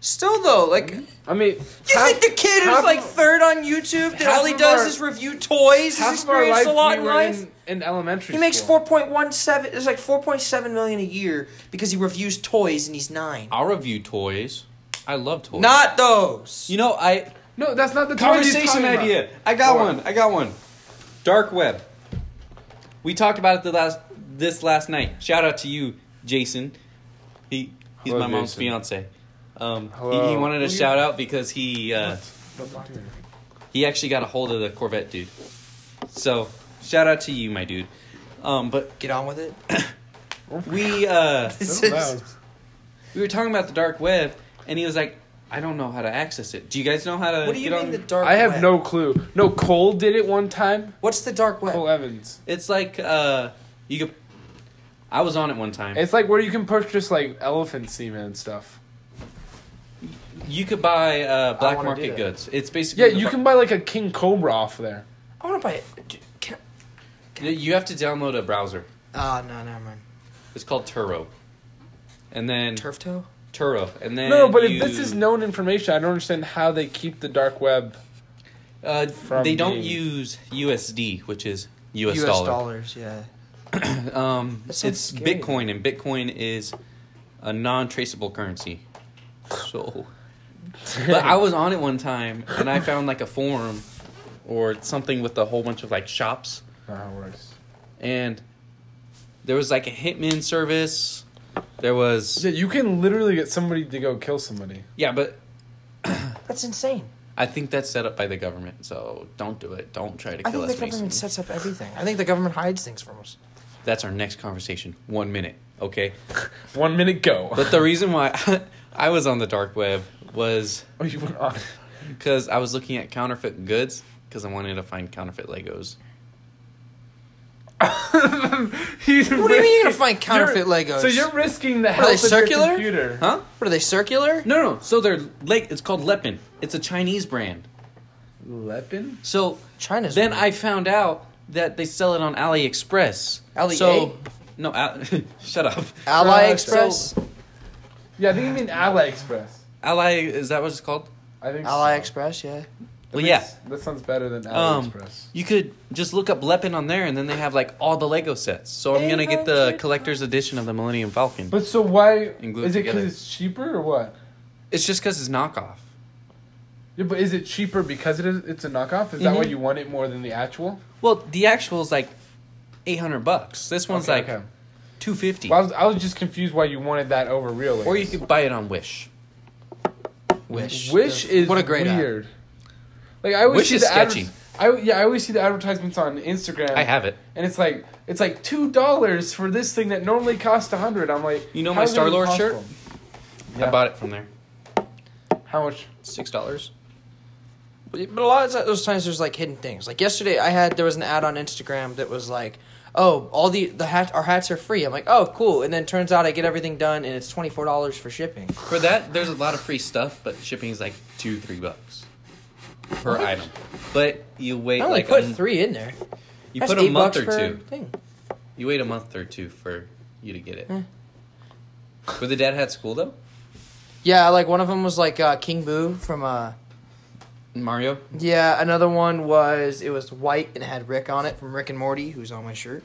Still though, like you I mean, think the kid Mm-hmm. who's half of- like third on YouTube that half all he of does our- is review toys, has half of our experienced life a lot we in were life. in, in elementary. he makes school. four point one seven. It's like four point seven million a year because he reviews toys and he's nine. I'll review toys. I love toys. Not those. you know, I No, that's not the toys he's conversation talking about. idea. I got Hold on. one. I got one. Dark web. We talked about it the last this last night. Shout out to you, Jason. He he's Hello, my mom's Jason. fiance. Um, he, he Hello. wanted a shout out because he uh, Don't talk to me. he actually got a hold of the Corvette dude. So shout out to you, my dude. Um, but Get on with it. we uh, *laughs* This They're is- loud. we were talking about the dark web, and he was like, "I don't know how to access it. Do you guys know how to what do you get mean on?" the dark? I have web? no clue. No, Cole did it one time. What's the dark web? Cole Evans. it's like uh, you could. I was on it one time. It's like where you can purchase like elephant semen and stuff. You could buy uh, I black wanna do that. market goods. It's basically Yeah, you can buy like a king cobra off there. I want to buy it. Dude, Can You have to download a browser. Ah, no, never mind. It's called Turo, and then Turf toe. Turo, and then No, but you- if this is known information, I don't understand how they keep the dark web. uh, from they don't the- use USD, which is US, U.S. dollar. dollars. Yeah. Um, That it's sounds scary. Bitcoin, and Bitcoin is a non-traceable currency. So, but I was on it one time, and I found like a forum or something with a whole bunch of like shops. and there was like a hitman service. There was Yeah, you can literally get somebody to go kill somebody. yeah, but That's insane. I think that's set up by the government. So don't do it. Don't try to I think kill the us, Mason. government sets up everything. I think the government hides things from us. that's our next conversation. One minute, okay? One minute go. But the reason why *laughs* I was on the dark web was *laughs* Oh, you went *laughs* on. because I was looking at counterfeit goods because I wanted to find counterfeit Legos. He's What do you mean you're gonna find counterfeit Legos? So you're risking the they health of circular? your computer. Huh? What are they circular? No, no. So they're like it's called Lepin. It's a Chinese brand. Lepin? So China's. Then weird. I found out that they sell it on AliExpress. Ali- So no, Al- *laughs* shut up. AliExpress. Yeah, I think you mean AliExpress. Ali is that what it's called? I think. so. AliExpress. Yeah. That Well, makes- yeah. That sounds better than Um, AliExpress. You could just look up Lepin on there, and then they have like all the Lego sets. So I'm gonna get the collector's edition of the Millennium Falcon. but so why And glue it is it because together. it's cheaper or what? It's just because it's knockoff. Yeah, but is it cheaper because it is? It's a knockoff. Is that why Mm-hmm. Mhm. you want it more than the actual? Well, the actual is like 800 bucks. This one's Okay, like okay. 250. Well, I was, I was just confused why you wanted that over real. or you Legos. could buy it on Wish. Wish. Wish is what a great app. weird. Like I always Wish see is the adver- sketchy. I yeah, I always see the advertisements on Instagram. I have it. and it's like it's like two dollars for this thing that normally costs a hundred. I'm like, You know how my is that Star-Lord shirt? possible? I bought it from there. How much? Six dollars. But a lot of ti- those times there's like hidden things. Like yesterday, I had there was an ad on Instagram that was like, "Oh, all the the hat our hats are free." I'm like, "Oh, cool!" And then turns out I get everything done, and it's twenty four dollars for shipping. For that, there's a lot of free stuff, but shipping is like two, three bucks per item. But you wait I only like put a m- three in there. You That's put a eight month bucks or per two. Thing. You wait a month or two for you to get it. Hmm. But the dad had school though. Yeah, like one of them was like uh, King Boo from uh Mario. yeah. Another one was it was white and it had Rick on it from Rick and Morty, who's on my shirt.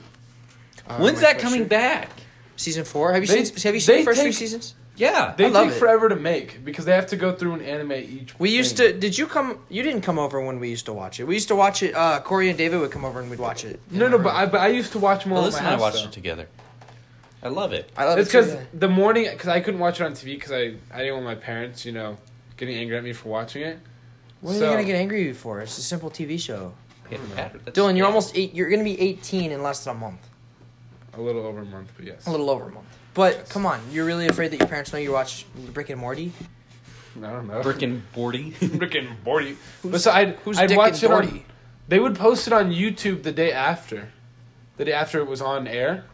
Uh, When's my that sweatshirt. coming back? Season four. Have you They- seen? Have you they seen the first three take- seasons? Yeah. They I love take it. forever to make because they have to go through and animate each. We used to. Did you come? You didn't come over when we used to watch it. We used to watch it. Uh, Corey and David would come over and we'd watch it. in No, my no, room. but I but I used to watch more. Alyssa at and my I house, watched though. it together. I love it. I love It's it too, because yeah. the morning, because I couldn't watch it on TV because I, I didn't want my parents, you know, getting angry at me for watching it. What are so- they gonna get angry at you for? It's a simple TV show. Hit and patter. That's- Dylan, yeah. you're almost eight. You're gonna be 18 in less than a month, A little over a month, but yes. a little over a month. But Yes. come on, you're really afraid that your parents know you watch Rick and Morty? I don't know. brick and *laughs* forty. Rick and Morty. But so I'd, Who's I'd Dick watch and it Morty? on. They would post it on YouTube the day after, the day after it was on air.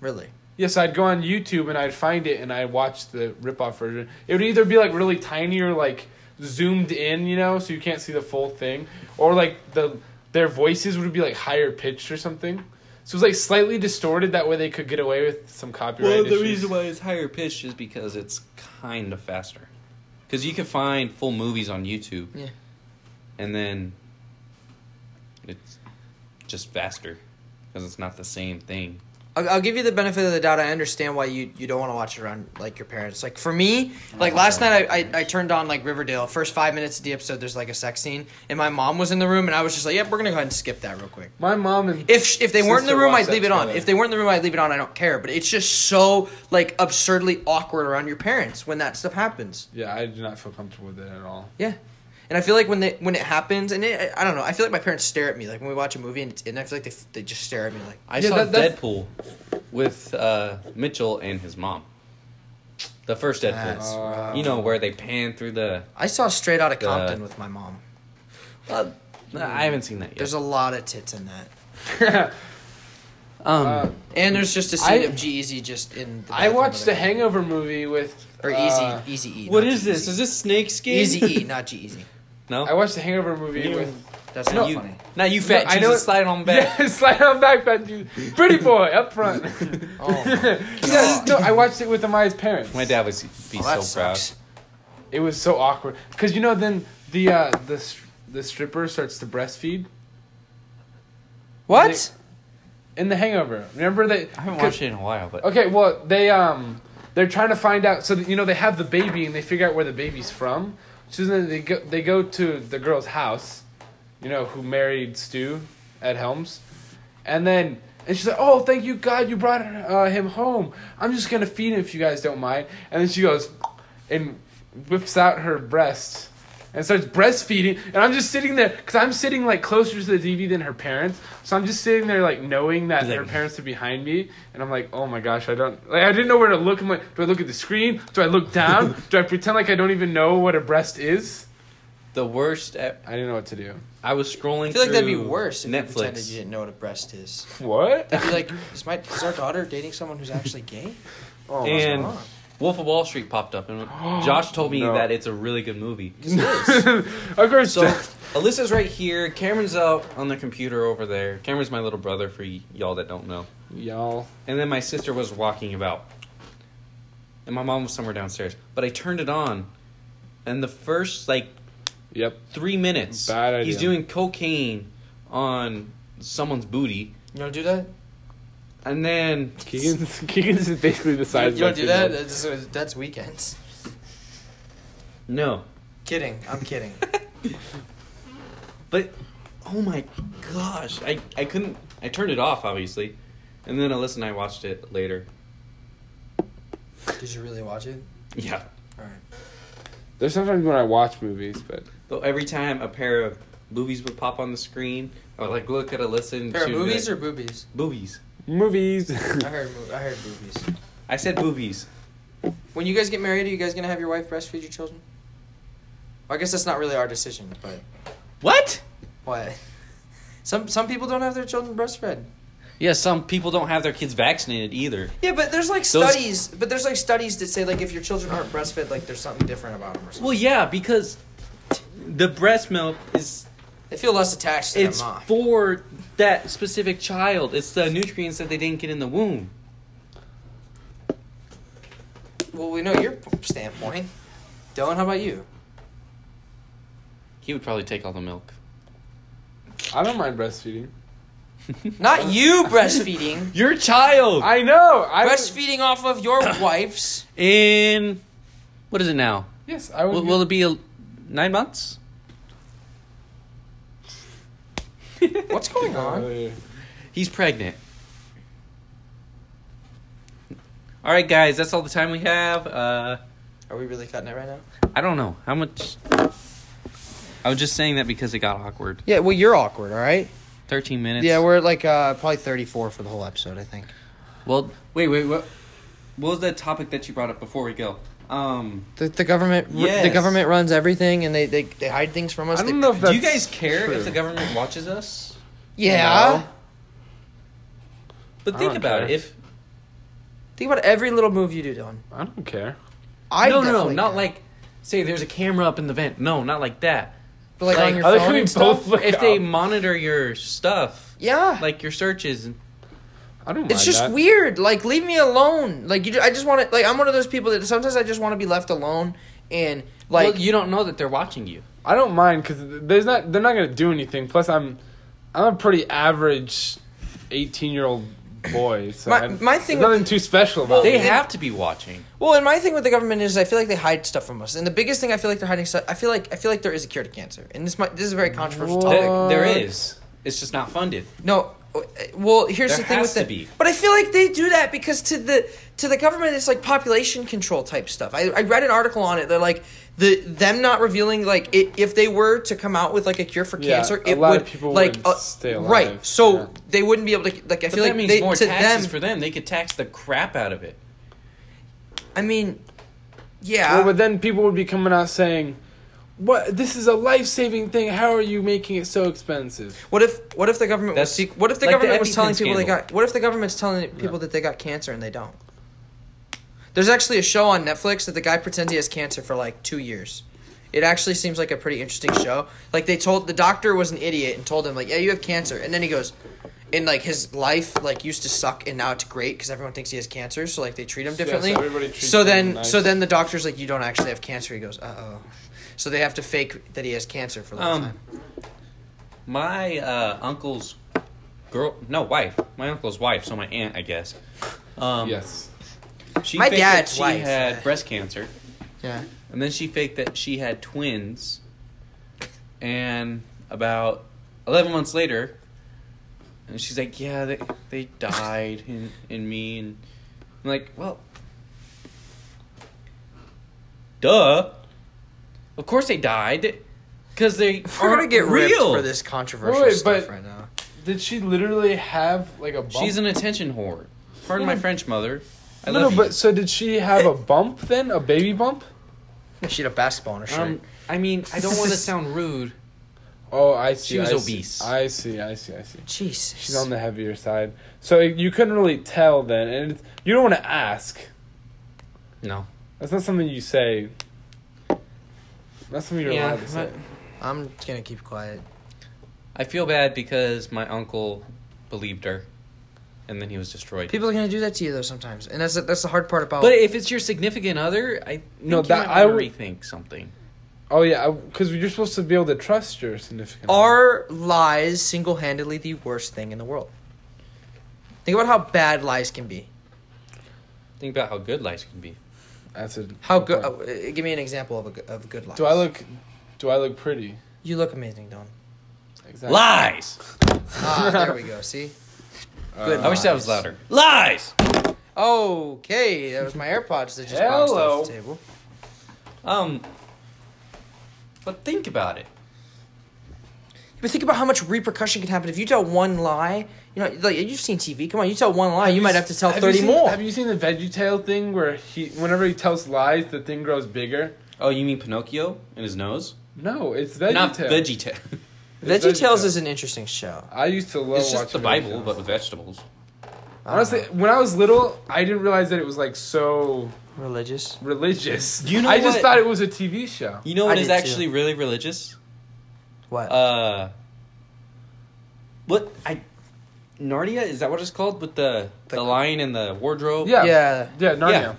Really? Yes, I'd go on YouTube and I'd find it and I'd watch the rip-off version. It would either be like really tiny or like zoomed in, you know, so you can't see the full thing, or like the their voices would be like higher pitched or something. So it was like slightly distorted. That way they could get away with some copyright Well, the issues. reason why it's higher pitched is because it's kind of faster. Because you can find full movies on YouTube. Yeah. And then it's just faster because it's not the same thing. I'll, I'll give you the benefit of the doubt. I understand why you, you don't want to watch it around like your parents. Like for me, Oh. like last night I, I, I turned on like Riverdale. First five minutes of the episode, there's like a sex scene, and my mom was in the room, and I was just like, "Yep, we're gonna go ahead and skip that real quick." My mom and If sh- if they weren't in the Sister room, watched I'd that leave it on. together. If they weren't in the room, I'd leave it on. I don't care. But it's just so like absurdly awkward around your parents when that stuff happens. yeah, I do not feel comfortable with it at all. *laughs* Yeah. And I feel like when they when it happens, and it, I don't know, I feel like my parents stare at me like when we watch a movie, and, it's, and I feel like they, f- they just stare at me like I Yeah, saw that- that's- Deadpool with uh, Mitchell and his mom. The first Deadpool. that's Uh, you know, where they pan through the. I saw Straight Outta The- Compton with my mom. Uh, I haven't seen that yet. There's a lot of tits in that, um, Uh, and there's just a I- scene of G-Eazy just in. The I bathroom watched with the a- Hangover movie with or uh, Easy Easy E. what not is this? G-Eazy. Is this snake skin? Easy E, not G-Eazy. *laughs* No, I watched the Hangover movie You- with That's No, not you, funny. Not you, fat No, I know Jesus. it- slide on back. Yeah, slide on back, fat dude. Pretty boy up *laughs* front. *laughs* Oh, my yeah, no, I watched it with Amaya's parents. My dad would be well, that so proud. sucks. It was so awkward because you know then the uh, the str- the stripper starts to breastfeed What? in The Hangover. Remember that? I haven't watched it in a while, but Okay, well they um they're trying to find out. So that, you know they have the baby and they figure out where the baby's from. So then they go they go to the girl's house, you know who married Stu at Helms, and then and she's like, oh thank you God you brought uh, him home. I'm just gonna feed him if you guys don't mind. And then she goes, and whips out her breast and starts breastfeeding. And I'm just sitting there because I'm sitting like closer to the TV than her parents. So I'm just sitting there like knowing that He's like- her parents are behind me. And I'm like, oh my gosh, I don't like I didn't know where to look. I'm like, do I look at the screen? Do I look down? *laughs* do I pretend like I don't even know what a breast is? the worst. At, I didn't know what to do. I was scrolling. I feel like that'd be through worse if you pretended you Netflix. didn't know what a breast is. What? Be like, is my is our daughter dating someone who's actually gay? Oh, What's And- going on? Wolf of Wall Street popped up, *gasps* and Josh told me No. that it's a really *laughs* good movie. *laughs* of course. So Alyssa's right here. Cameron's out on the computer over there. Cameron's my little brother for y- y'all that don't know. y'all. And then my sister was walking about, and my mom was somewhere downstairs. But I turned it on, and the first like Yep. three minutes, Bad idea. he's doing cocaine on someone's booty, You don't do that. and then Keegan's *laughs* Keegan's is basically the size. You don't of my do that. finger. That's, that's weekends. no, Kidding. I'm *laughs* kidding. But oh my gosh, I I couldn't. I turned it off obviously, and then Alyssa and I watched it later. Did you really watch it? Yeah. All right. There's sometimes when I watch movies, but So every time a pair of boobies would pop on the screen, I would like look at Alyssa and Pair of she would be movies or like, boobies? boobies. movies. *laughs* I heard. mo- I heard boobies. I said boobies. When you guys get married, are you guys gonna have your wife breastfeed your children? Well, I guess that's not really our decision, but What? what? Some some people don't have their children breastfed. Yeah, some people don't have their kids vaccinated either. Yeah, but there's like Those- studies, but there's like studies that say like if your children aren't breastfed, like there's something different about them or something. Well, yeah, because the breast milk is They feel less attached to it's their mom. for that specific child. It's the nutrients that they didn't get in the womb. well, we know your p- standpoint. Dylan, how about you? He would probably take all the milk. I don't mind breastfeeding. Not you *laughs* breastfeeding. Your child. I know. I would- breastfeeding off of your wife's. in what is it now? Yes, I would. Will, be- *laughs* will it be a, nine months? What's going on? Uh, He's pregnant. All right, guys, that's all the time we have. Uh, Are we really cutting it right now? I don't know how much. I was just saying that because it got awkward. Yeah, well, you're awkward, all right? Thirteen minutes. yeah, we're at like uh, probably 34 for the whole episode, I think. well, wait, wait, what? What was that topic that you brought up before we go? Um, The, the government the Yes. government runs everything and they, they, they hide things from us. I don't They- know if that's do you guys care true. if the government watches us? Yeah. No. But I think don't about it. care. If Think about every little move you do, Dylan. I don't care. I no, no, no, definitely not do. like say there's a camera up in the vent. No, not like that. But like, like- on your I like phone. how we and both stuff? look if they up. monitor your stuff, yeah. like your searches, and I don't. It's mind just that. weird. Like, leave me alone. Like, you. ju- I just want to. Like, I'm one of those people that sometimes I just want to be left alone. And like, like you don't know that they're watching you. I don't mind because there's not. They're not gonna do anything. Plus, I'm, I'm a pretty average, eighteen year old boy. So My- I'm- my thing there's with- nothing too special about They it. have to be watching. well, and my thing with the government is I feel like they hide stuff from us. And the biggest thing I feel like they're hiding stuff. I feel like I feel like there is a cure to cancer. And this might this is a very controversial What? topic. There- there is. It's just not funded. No. uh, Well, here's There the thing has with to the, be. but I feel like they do that because to the to the government, it's like population control type stuff. I, I read an article on it. They're like the them not revealing like i if they were to come out with like a cure for Yeah, cancer, a it lot would of people like would uh, stay alive, right. So yeah. they wouldn't be able to like. I But feel that like means they, more to taxes them. for them. They could tax the crap out of it. I mean, yeah. Well, but then people would be coming out saying, "What? This is a life saving thing. How are you making it so expensive?" What if what if the government was That's sec- what if the like the government was EpiPen telling people they scandal. got what if the government's telling people that they got cancer and they don't? There's actually a show on Netflix that the guy pretends he has cancer for like 2 years. It actually seems like a pretty interesting show. Like they told the doctor was an idiot and told him like, "Yeah, you have cancer." And then he goes and like his life like used to suck and now it's great cuz everyone thinks he has cancer, so like they treat him so differently. everybody treats so him then nice. so then the doctor's like, "You don't actually have cancer." He goes, "Uh-oh." So they have to fake that he has cancer for a long Um, time. My uh, uncle's girl, no wife. My uncle's wife, so my aunt, I guess. Um, yes. She My faked that dad's she wife. had breast cancer, Yeah. and then she faked that she had twins. And about eleven months later, and she's like, "Yeah, they they died in in me," and I'm like, "Well, duh." Of course they died, because they *laughs* We're gonna aren't get ripped real. for this controversial Wait, stuff but- right now. Did she literally have like a bump? She's an attention whore. Pardon my French, mother. I no, love no, you. but so did she have a bump then? A baby bump? She had a basketball in her shirt. Um, I mean, I don't want to sound rude. Oh, I see. She was I see. obese. I see. I see. I see. Jesus. She's on the heavier side, so you couldn't really tell then, and it's, you don't want to ask. No. That's not something you say. That's something you're Yeah, allowed to say. but I'm gonna keep quiet. I feel bad because my uncle believed her, and then he was destroyed. People are gonna do that to you though sometimes, and that's that's the hard part about. But if it's your significant other, I think No, you that- might I wanna would- rethink something. Oh yeah, because you're supposed to be able to trust your significant. other. are lies single-handedly the worst thing in the world? Think about how bad lies can be. Think about how good life can be. That's a How good good? point. Uh, uh, give me an example of a g- of good lies. do I look? Do I look pretty? You look amazing, *laughs* Don. Exactly. Lies. Ah, there we go. See. Uh, Good. I wish that was lies. louder. Lies. Okay, that was my AirPods that just bounced Hello. off the table. Um. But think about it. But think about how much repercussion can happen if you tell one lie. You know, like you've seen TV. Come on, you tell one lie, you, might have to tell Have you thirty seen- more. Have you seen the VeggieTale thing where he, whenever he tells lies, the thing grows bigger? Oh, you mean Pinocchio and his nose? No, it's VeggieTale. Not VeggieTale. It's VeggieTales VeggieTales. is an interesting show. I used to love. it's just the watching Bible, VeggieTales. but with vegetables. I don't honestly, know. when I was little, I didn't realize that it was like so religious. religious. You know I just what? thought it was a TV show. You know I what did is too. actually really religious? What? Uh, what I Narnia is that what it's called with the the, The- lion and the wardrobe? Yeah. yeah. Yeah, Narnia. Yeah. How's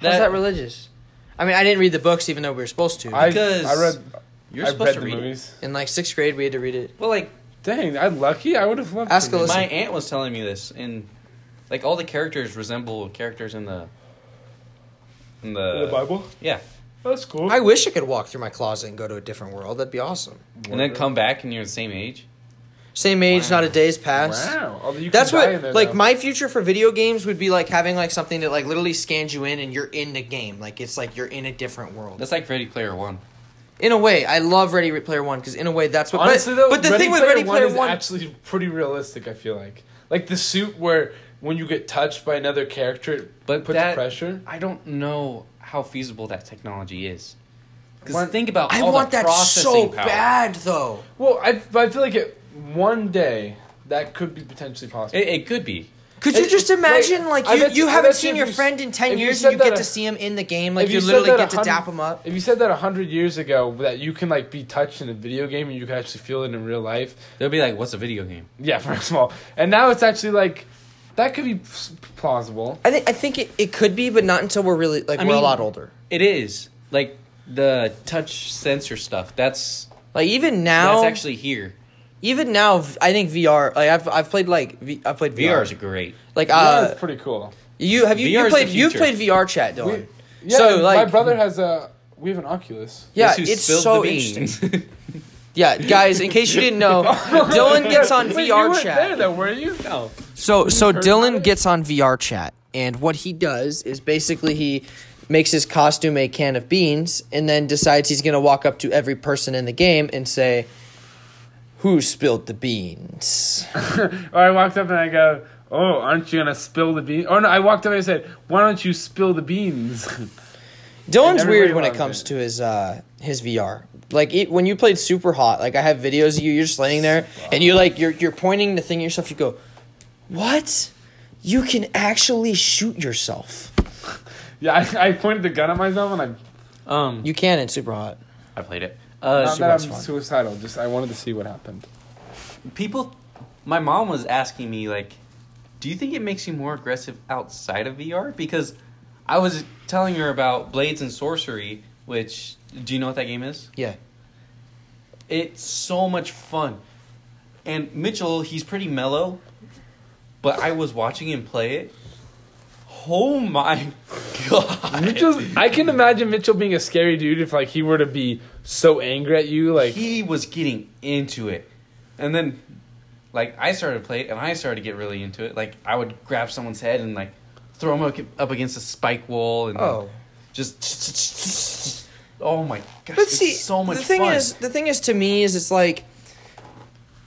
That- that religious? I mean, I didn't read the books, even though we were supposed to. I, Because I read. you're I supposed read to the read. it. movies. In like sixth grade, we had to read it. Well, like Dang, I'm lucky. I would have loved. Ask to read Listen. my aunt was telling me this, and like all the characters resemble characters in the in the, the Bible. Yeah, That's cool. I wish I could walk through my closet and go to a different world. That'd be awesome. and then come back and you're the same age. Same age, Wow. not a day's passed. Wow. Although you That's can die in what there, like though. my future for video games would be like having like something that like literally scans you in and you're in the game. Like it's like you're in a different world. That's like Ready Player One. In a way, I love Ready Player One because in a way that's what. Honestly, but, though, but the Ready thing with Player Ready Player One, is actually pretty realistic. I feel like, like the suit where when you get touched by another character, it But puts that- pressure. I don't know how feasible that technology is. One- Because think about I all want the that processing so power. bad though. Well, I, I feel like it one day that could be potentially possible. It, it could be. Could you It- just wait, imagine, like, I you, bet you I haven't bet you seen if your you s- friend in 10 if you years and said you get that to a- see him in the game? Like, If you said literally that get to 100 dap him up. If you said that hundred years ago, that you can like be touched in a video game and you can actually feel it in real life, They'll be like, "What's a video game?" yeah, *laughs* first of all, and now it's actually like that could be s- plausible. I think I think it, it could be, but not until we're really, like, I we're a mean- lot older. It is like the touch sensor stuff. That's Like, even now, that's actually here. even now, v- I think VR, like, I've, I've played, like, v, I've played VR. VR is great. Like, Yeah, uh, it's pretty cool. you, have you, VR you is the played, you've future. played VR chat, Dylan. We- yeah, so, and like- my brother has a. We have an Oculus. yeah, Guess who it's spilled so the interesting. beans? *laughs* Yeah, guys, in case you didn't know, Dylan gets on Wait, you VR weren't chat. There though, were you? no, So so heard about Dylan it? gets on VR chat and what he does is basically he makes his costume a can of beans and then decides he's going to walk up to every person in the game and say who spilled the beans? Or Oh, I walked up and I go, "Oh, aren't you gonna spill the beans?" Or no, I walked up and I said, "Why don't you spill the beans?" *laughs* Dylan's everybody weird when it loves comes it. to his uh his VR. Like it, when you played Super Hot, like I have videos of you. You're just laying there and you like you're you're pointing the thing at yourself. You go, what? You can actually shoot yourself. yeah, I, I pointed the gun at myself and I. um, You can in Super Hot. I played it. Uh, Not she that I'm was fun. suicidal. Just I wanted to see what happened. people, my mom was asking me like, "Do you think it makes you more aggressive outside of VR?" Because I was telling her about Blades and Sorcery, which do you know what that game is? Yeah. It's so much fun. And Mitchell, he's pretty mellow, but I was watching him play it. Oh my god! Mitchell's, I can imagine Mitchell being a scary dude if like he were to be so angry at you. Like he was getting into it, and then like I started to play it, and I started to get really into it. Like I would grab someone's head and like throw him up against a spike wall, and Oh. just oh my gosh! But see, it's so much the thing fun. is, the thing is to me is it's like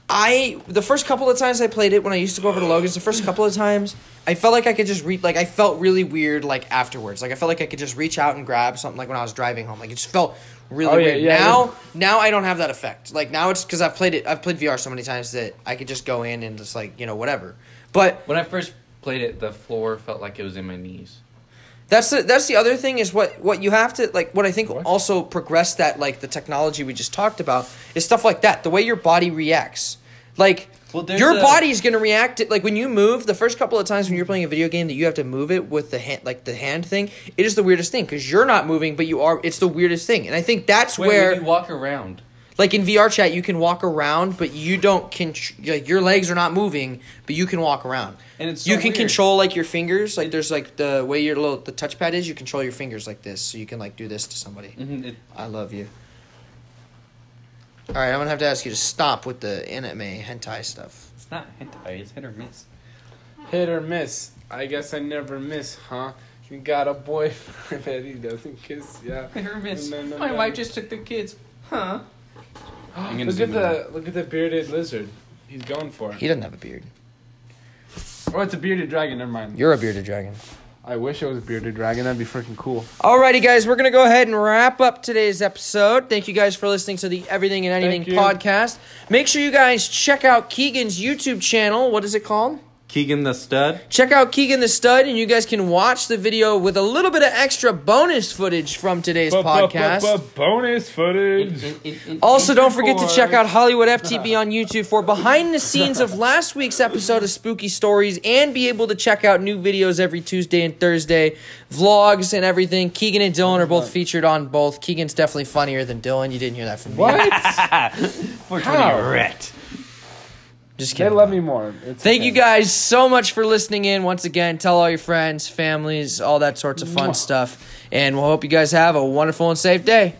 I the first couple of times I played it when I used to go over to Logan's, the first couple of times I felt like I could just read like I felt really weird like afterwards, like I felt like I could just reach out and grab something like when I was driving home, like it just felt really Oh, yeah, weird. yeah, now, yeah. now I don't have that effect. Like now it's because I've played it, I've played VR so many times that I could just go in and just like you know whatever. But when I first played it, the floor felt like it was in my knees. That's the that's the other thing is what what you have to like what I think What? also progressed that like the technology we just talked about is stuff like that the way your body reacts like Well, there's your a- body is gonna react to, like when you move the first couple of times when you're playing a video game that you have to move it with the hand like the hand thing it is the weirdest thing because you're not moving but you are it's the weirdest thing and I think that's Wait, where when you walk around. like in VR chat you can walk around but you don't can like your legs are not moving but you can walk around And it's so you can weird. control like your fingers like there's like the way your little the touchpad is you control your fingers like this so you can like do this to somebody Mhm, it- I love you all right I'm gonna have to ask you to stop with the anime hentai stuff it's not hentai. It's hit or miss. *laughs* hit or miss. I guess I never miss, huh? You got a boyfriend that he doesn't kiss. *laughs* Yeah. Hit or miss. No, no, my no. *gasps* wife just took the kids. Huh? I'm gonna Look at zoom in the look at the bearded lizard. He's going for it. he doesn't have a beard Oh, it's a bearded dragon. Never mind. you're a bearded dragon I wish it was a bearded dragon. That'd be freaking cool. Alrighty, guys, we're going to go ahead and wrap up today's episode. Thank you guys for listening to the Everything and Anything Thank you. podcast. Make sure you guys check out Keegan's YouTube channel. What is it called? Keegan the stud. Check out Keegan the Stud, and you guys can watch the video with a little bit of extra bonus footage from today's podcast. Bonus footage. Also, don't forget to check out Hollywood FTB on YouTube for behind the scenes of last week's episode of Spooky Stories and be able to check out new videos every Tuesday and Thursday, vlogs and everything. Keegan and Dylan are both featured on both. Keegan's definitely funnier than Dylan. You didn't hear that from me. *laughs* What? 420 wrecked. Just they kidding. love me more. It's Thank okay. you guys so much for listening in once again. Tell all your friends, families, all that sorts of fun stuff. And we'll hope you guys have a wonderful and safe day.